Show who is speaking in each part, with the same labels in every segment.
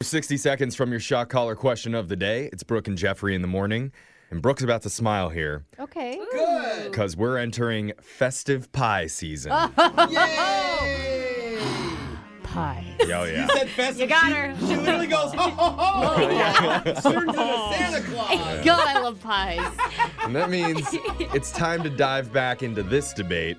Speaker 1: 60 seconds from your shot caller question of the day. It's Brooke and Jeffrey in the morning. And Brooke's about to smile here
Speaker 2: Okay.
Speaker 3: Good.
Speaker 1: because we're entering festive pie season. Oh,
Speaker 3: Yay!
Speaker 2: Pie.
Speaker 1: Oh, yeah.
Speaker 3: Said festive.
Speaker 2: You got
Speaker 3: She-
Speaker 2: her.
Speaker 3: She, literally goes, ho, ho, ho. Turns into Santa Claus.
Speaker 2: God, I love pies.
Speaker 1: And that means it's time to dive back into this debate.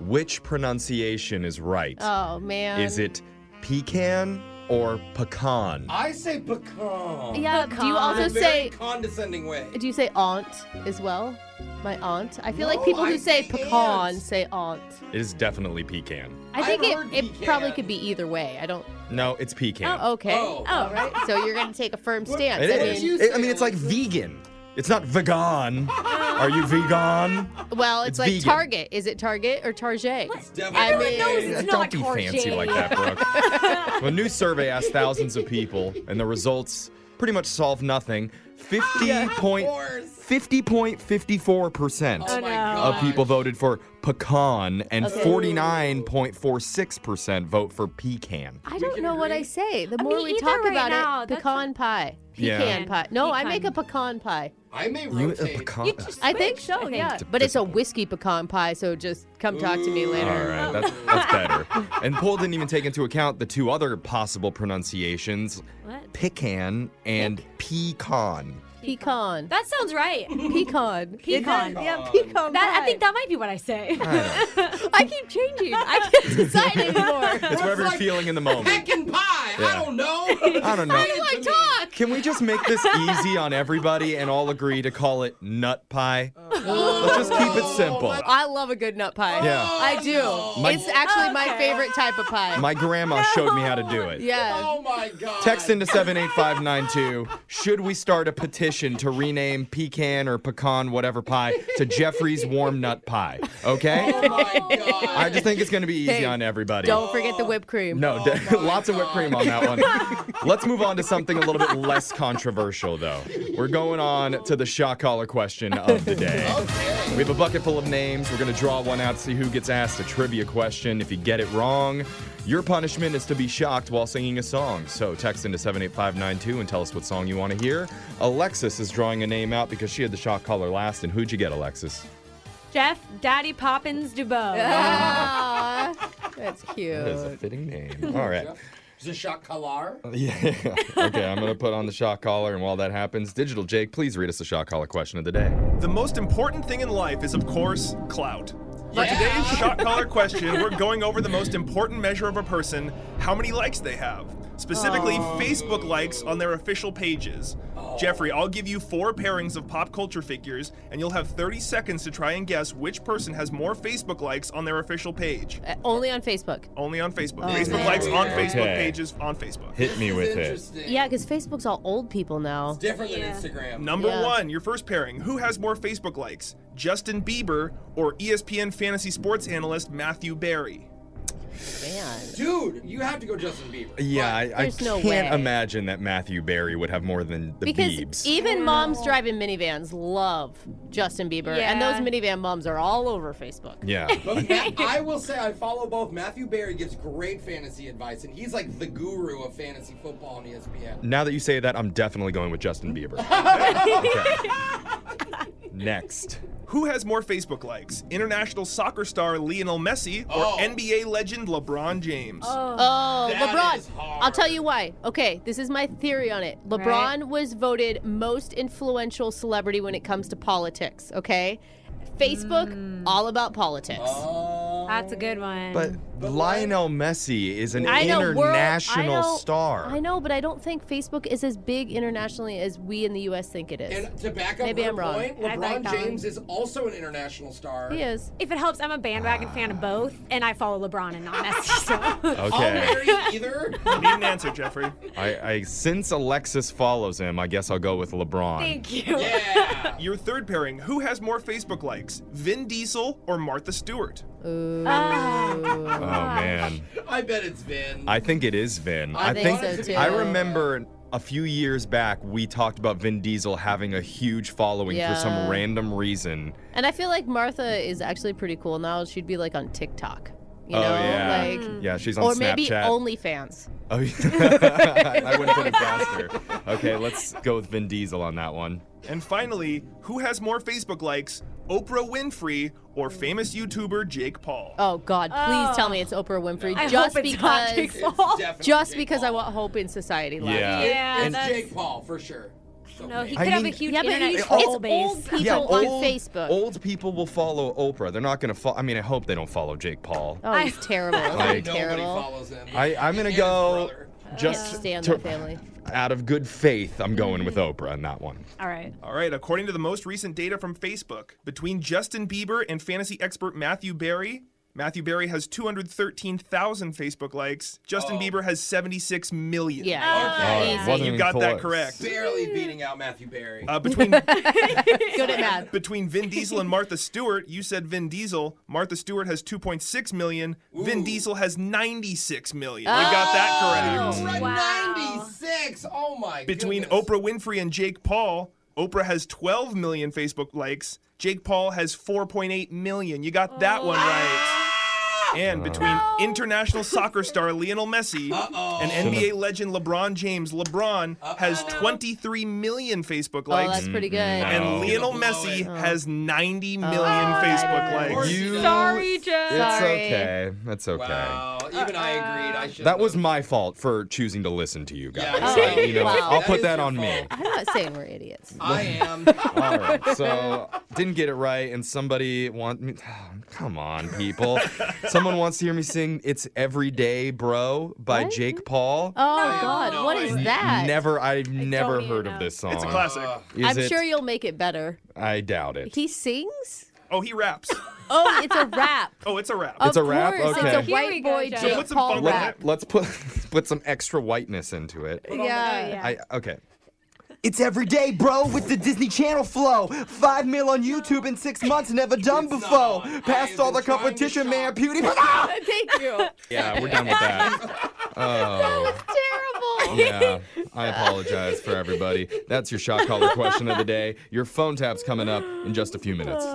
Speaker 1: Which pronunciation is right?
Speaker 2: Oh man.
Speaker 1: Is it pecan or pecan?
Speaker 3: I say pecan.
Speaker 2: Yeah. Do you
Speaker 3: In a
Speaker 2: also
Speaker 3: very
Speaker 2: say?
Speaker 3: condescending way.
Speaker 2: Do you say aunt as well? My aunt. I feel like
Speaker 3: No,
Speaker 2: people who
Speaker 3: I
Speaker 2: say
Speaker 3: say
Speaker 2: pecan
Speaker 3: aunt.
Speaker 2: say aunt.
Speaker 1: It is definitely pecan.
Speaker 2: I
Speaker 3: I've
Speaker 2: think
Speaker 3: heard
Speaker 2: it, it probably
Speaker 3: pecan.
Speaker 2: could be either way. I don't.
Speaker 1: No, it's pecan.
Speaker 2: Okay.
Speaker 3: Oh.
Speaker 2: All right. So you're gonna take a firm stance.
Speaker 1: It
Speaker 2: I
Speaker 1: is.
Speaker 3: did you
Speaker 2: mean,
Speaker 1: It- I
Speaker 3: say,
Speaker 1: mean, it's like vegan. It's not vegan. Are you vegan?
Speaker 2: well, it's,
Speaker 1: It's
Speaker 2: like
Speaker 1: vegan.
Speaker 2: Target. Is it Target or Target?
Speaker 3: definitely
Speaker 2: I mean-
Speaker 3: vegan.
Speaker 2: It's
Speaker 1: Don't be fancy like that, Brooke. a new survey asked thousands of people, and the results pretty much solve nothing. 50 point,
Speaker 3: course.
Speaker 1: 50.54%
Speaker 3: Oh my
Speaker 1: of
Speaker 3: God.
Speaker 1: people voted for pecan, and
Speaker 2: Okay.
Speaker 1: 49.46% vote for pecan.
Speaker 2: I don't
Speaker 3: can
Speaker 2: know what
Speaker 3: agree.
Speaker 2: I say. The
Speaker 4: I
Speaker 2: more
Speaker 4: mean,
Speaker 2: we
Speaker 4: either
Speaker 2: talk
Speaker 4: right
Speaker 2: about
Speaker 4: now,
Speaker 2: it,
Speaker 4: that's
Speaker 2: pecan pie.
Speaker 1: Yeah.
Speaker 2: Pecan pie. No, I make a
Speaker 4: Pecan.
Speaker 2: pecan pie.
Speaker 3: I may
Speaker 1: You,
Speaker 3: rotate.
Speaker 1: a pecan.
Speaker 4: You just-
Speaker 2: I think
Speaker 4: Switch,
Speaker 2: so,
Speaker 4: I think.
Speaker 2: yeah.
Speaker 4: It's
Speaker 1: a
Speaker 2: But it's a
Speaker 1: physical-
Speaker 2: whiskey pecan pie, so just come talk to me
Speaker 3: Ooh.
Speaker 2: later.
Speaker 1: All right, that's, that's better. And poll didn't even take into account the two other possible pronunciations
Speaker 4: What?
Speaker 1: pecan and pecan.
Speaker 2: Pecan.
Speaker 4: That sounds right.
Speaker 2: Pecan.
Speaker 4: Pecan.
Speaker 2: Yeah, pecan.
Speaker 4: That
Speaker 2: pie.
Speaker 4: I think that might be what I say.
Speaker 1: I don't know.
Speaker 2: I keep changing. I can't decide anymore.
Speaker 1: It's whatever you're
Speaker 3: like
Speaker 1: feeling in the moment.
Speaker 3: Pecan pie.
Speaker 1: Yeah.
Speaker 3: I don't know.
Speaker 1: I don't know.
Speaker 2: I talk.
Speaker 1: Can we just make this easy on everybody and all agree to call it nut pie?
Speaker 2: Oh.
Speaker 1: Let's just keep it simple.
Speaker 2: I love a good nut pie.
Speaker 1: Yeah.
Speaker 2: I do.
Speaker 3: Oh,
Speaker 1: My-
Speaker 2: it's actually my
Speaker 4: Okay.
Speaker 2: favorite type of pie.
Speaker 1: My grandma showed me how to do it.
Speaker 2: yeah.
Speaker 3: Oh my God.
Speaker 1: Text into 78592. Should we start a petition to rename pecan or pecan, whatever pie, to Jeffrey's warm nut pie?
Speaker 3: Oh
Speaker 1: Okay?
Speaker 3: my God.
Speaker 1: I just think it's going to be easy
Speaker 2: Hey,
Speaker 1: on everybody.
Speaker 2: Don't Oh forget the whipped cream.
Speaker 1: No, de- lots of whipped cream on that one. Let's move on to something a little bit less controversial, though. We're going on to the shot collar question of the day.
Speaker 2: Oh,
Speaker 1: We have a bucket full of names. We're going to draw one out, see who gets asked a trivia question. If you get it wrong, your punishment is to be shocked while singing a song. So text into 78592 and tell us what song you want to hear. Alexis is drawing a name out because she had the shot collar last. And who'd you get, Alexis?
Speaker 4: Jeff Daddy Poppins Dubow.
Speaker 2: Aw, Ah, that's
Speaker 1: That is a
Speaker 2: cute.
Speaker 1: fitting name. All right.
Speaker 3: Zishak Kalar.
Speaker 1: Yeah. okay, I'm going to put on the shock collar, and while that happens, Digital Jake, please read us the shock collar question of the day.
Speaker 5: The most important thing in life is, of course, clout. For
Speaker 3: Yeah.
Speaker 5: today's shot collar question, we're going over the most important measure of a person how many likes they have. Specifically, Facebook likes on their official pages. Jeffrey, I'll give you four pairings of pop culture figures, and you'll have 30 seconds to try and guess which person has more Facebook likes on their official page.
Speaker 2: Uh, Only on Facebook.
Speaker 5: Only on Facebook.
Speaker 2: Oh,
Speaker 5: Facebook
Speaker 2: man.
Speaker 5: likes on
Speaker 3: Okay.
Speaker 5: Facebook pages on Facebook.
Speaker 1: Hit me with it.
Speaker 3: Interesting.
Speaker 2: Yeah, because Facebook's all old people now.
Speaker 3: Different
Speaker 4: Yeah.
Speaker 3: than Instagram.
Speaker 5: Number
Speaker 2: Yeah.
Speaker 5: one, your first pairing. Who has more Facebook likes, Justin Bieber or E ESPN fantasy sports analyst Matthew Barry?
Speaker 2: Man.
Speaker 3: Dude, you have to go Justin Bieber.
Speaker 1: Yeah, I, I
Speaker 2: There's no
Speaker 1: can't
Speaker 2: way.
Speaker 1: imagine that Matthew Barry would have more than the
Speaker 2: Because
Speaker 1: Biebs.
Speaker 2: even moms driving minivans love Justin Bieber, and those
Speaker 4: Yeah.
Speaker 2: minivan moms are all over Facebook.
Speaker 1: yeah.
Speaker 3: But Ma- I will say I follow both. Matthew Barry gives great fantasy advice, and he's like the guru of fantasy football on E ESPN.
Speaker 1: Now that you say that, I'm definitely going with Justin Bieber. Okay. Next.
Speaker 5: Who has more Facebook likes, international soccer star Lionel Messi or
Speaker 3: Oh.
Speaker 5: NBA legend LeBron James?
Speaker 2: Oh,
Speaker 3: That
Speaker 2: LeBron!
Speaker 3: is hard.
Speaker 2: I'll tell you why. Okay, this is my theory on it. LeBron
Speaker 4: Right.
Speaker 2: was voted most influential celebrity when it comes to politics. Okay, Facebook
Speaker 4: Hmm.
Speaker 2: all about politics.
Speaker 3: Oh.
Speaker 4: That's a good one.
Speaker 1: But Lionel Messi is an
Speaker 2: I know, world-
Speaker 1: international
Speaker 2: I know-
Speaker 1: star.
Speaker 2: I know, but I don't think Facebook is as big internationally as we in the U.S. think it is.
Speaker 3: And to back up
Speaker 2: Maybe
Speaker 3: her
Speaker 2: I'm wrong.
Speaker 3: point,
Speaker 4: I like
Speaker 3: LeBron
Speaker 4: that
Speaker 3: James
Speaker 4: one.
Speaker 3: is also an international star.
Speaker 2: he is.
Speaker 4: if it helps, I'm a bandwagon fan of both, and I follow LeBron and not Messi. So.
Speaker 3: I'll
Speaker 1: Okay.
Speaker 3: marry either.
Speaker 5: Need an answer, Jeffrey.
Speaker 1: I, I since Alexis follows him, I guess I'll go with LeBron.
Speaker 4: Thank you.
Speaker 3: Yeah.
Speaker 5: Your third pairing. Who has more Facebook likes, Vin Diesel or Martha Stewart?
Speaker 2: Ooh.
Speaker 1: oh
Speaker 2: Ah.
Speaker 1: man.
Speaker 3: I bet it's Vin.
Speaker 1: I think it is Vin.
Speaker 2: I think so, too.
Speaker 1: I remember a few years back we talked about Vin Diesel having a huge following for some
Speaker 2: Yeah.
Speaker 1: random reason.
Speaker 2: And I feel like Martha is actually pretty cool now. She'd be like on TikTok. You You
Speaker 1: Oh,
Speaker 2: know,
Speaker 1: yeah.
Speaker 2: like
Speaker 4: Hmm.
Speaker 1: Yeah, she's on
Speaker 2: or
Speaker 1: Snapchat.
Speaker 2: maybe OnlyFans.
Speaker 1: Oh, yeah. I wouldn't put it past her. Okay, let's go with Vin Diesel on that one.
Speaker 5: And finally, who has more Facebook likes, Oprah Winfrey or famous YouTuber Jake Paul?
Speaker 2: Oh God, please
Speaker 4: Oh.
Speaker 2: tell me it's Oprah Winfrey.
Speaker 4: I
Speaker 2: just
Speaker 4: hope it's not Jake
Speaker 2: because,
Speaker 3: It's
Speaker 4: Paul.
Speaker 3: definitely
Speaker 2: just
Speaker 3: Jake
Speaker 2: because I
Speaker 3: Paul.
Speaker 2: want hope in society. Left.
Speaker 1: Yeah.
Speaker 4: Yeah,
Speaker 3: It's
Speaker 4: that's-
Speaker 3: Jake Paul for sure. So
Speaker 4: No, he
Speaker 3: fake.
Speaker 4: could
Speaker 1: I
Speaker 4: have a
Speaker 1: mean-
Speaker 4: huge
Speaker 2: Yeah, but
Speaker 4: internet
Speaker 2: it's
Speaker 4: troll
Speaker 2: old
Speaker 4: base.
Speaker 2: people.
Speaker 1: yeah,
Speaker 2: on Facebook.
Speaker 1: Old people will follow Oprah. They're not going to follow. I mean, I hope they don't follow Jake Paul.
Speaker 2: Oh,
Speaker 4: I-
Speaker 2: he's terrible.
Speaker 3: Nobody-
Speaker 1: Like-
Speaker 2: he's terrible.
Speaker 3: follows him.
Speaker 1: I, I'm going
Speaker 3: And
Speaker 1: to
Speaker 3: his
Speaker 1: go
Speaker 3: brother.
Speaker 1: just
Speaker 2: Stand
Speaker 1: to-
Speaker 2: that family.
Speaker 1: out of good faith. I'm going with Oprah on that one.
Speaker 4: All right.
Speaker 5: All right, according to the most recent data from Facebook, between Justin Bieber and fantasy expert Matthew Berry, Matthew Berry has 213,000 Facebook likes. Justin Bieber has 76 million.
Speaker 2: Yeah,
Speaker 1: Oh, it
Speaker 2: Easy.
Speaker 1: Oh. wasn't
Speaker 5: You
Speaker 1: even
Speaker 5: got that
Speaker 1: close.
Speaker 5: correct.
Speaker 3: Barely beating out Matthew Barry.
Speaker 5: Uh, between
Speaker 2: good at math.
Speaker 5: between Vin Diesel and Martha Stewart, you said Vin Diesel. Martha Stewart has 2.6 million. Vin
Speaker 3: Ooh.
Speaker 5: Diesel has 96 million. You got that correct.
Speaker 3: Right,
Speaker 4: Wow.
Speaker 3: 96. Oh my
Speaker 5: Between
Speaker 3: goodness.
Speaker 5: Oprah Winfrey and Jake Paul, Oprah has 12 million Facebook likes. Jake Paul has 4.8 million. You got that one right. And between international soccer star Lionel Messi and NBA legend LeBron James, LeBron has 23 million Facebook
Speaker 2: Oh,
Speaker 5: likes.
Speaker 2: that's pretty good.
Speaker 5: and
Speaker 1: Oh.
Speaker 3: Gonna
Speaker 5: Lionel
Speaker 3: blow
Speaker 5: Messi
Speaker 3: it.
Speaker 5: has 90 million
Speaker 2: Oh,
Speaker 5: Facebook
Speaker 2: I
Speaker 5: likes.
Speaker 1: You-
Speaker 4: Sorry, Jeff.
Speaker 1: It's
Speaker 2: Sorry.
Speaker 1: okay. That's okay.
Speaker 3: Wow. Even I agreed. I should.
Speaker 1: That was my fault for choosing to listen to you guys.
Speaker 3: Yeah,
Speaker 2: Oh,
Speaker 1: I- you know,
Speaker 2: wow.
Speaker 1: I'll
Speaker 3: That
Speaker 1: put
Speaker 3: is
Speaker 1: that
Speaker 3: your
Speaker 1: on me.
Speaker 2: I'm not saying we're idiots.
Speaker 3: I am.
Speaker 1: All right, so didn't get it right, and somebody want me. Come on, people! Someone wants to hear me sing "It's Every Day, Bro" by
Speaker 2: What?
Speaker 1: Jake Paul.
Speaker 2: Oh
Speaker 3: have
Speaker 2: God,
Speaker 3: no
Speaker 2: what is
Speaker 3: idea.
Speaker 2: that?
Speaker 1: Never, I've never
Speaker 4: don't even
Speaker 1: heard
Speaker 4: know.
Speaker 1: of this song.
Speaker 5: It's a classic.
Speaker 3: Uh,
Speaker 1: Is
Speaker 2: I'm
Speaker 1: it-
Speaker 2: sure you'll make it better.
Speaker 1: I doubt it.
Speaker 2: He sings.
Speaker 5: Oh, he raps.
Speaker 2: Oh, it's a rap.
Speaker 5: Oh, it's a rap.
Speaker 1: It's a
Speaker 2: Of
Speaker 1: rap?
Speaker 2: course,
Speaker 1: Okay.
Speaker 2: It's a
Speaker 4: Here we
Speaker 2: white
Speaker 4: go,
Speaker 2: boy
Speaker 4: Jeff.
Speaker 5: So
Speaker 2: Jake
Speaker 5: put some
Speaker 2: Paul
Speaker 5: funk on
Speaker 2: rap.
Speaker 5: it.
Speaker 1: Let's put put some extra whiteness into it.
Speaker 4: Oh,
Speaker 2: Yeah.
Speaker 4: yeah.
Speaker 1: I okay.
Speaker 6: It's every day, bro, with the Disney Channel flow. Five mil on YouTube in six months, never done
Speaker 3: It's
Speaker 6: before.
Speaker 3: not. I
Speaker 6: Past
Speaker 3: have
Speaker 6: all
Speaker 3: been
Speaker 6: the
Speaker 3: trying to
Speaker 6: competition, man. Ah!
Speaker 3: shop.
Speaker 6: PewDiePie.
Speaker 2: Thank you.
Speaker 1: Yeah, we're done with that. Oh.
Speaker 2: Terrible.
Speaker 1: Yeah, I apologize for everybody. That's your shot caller question of the day. Your phone tap's coming up in just a few minutes.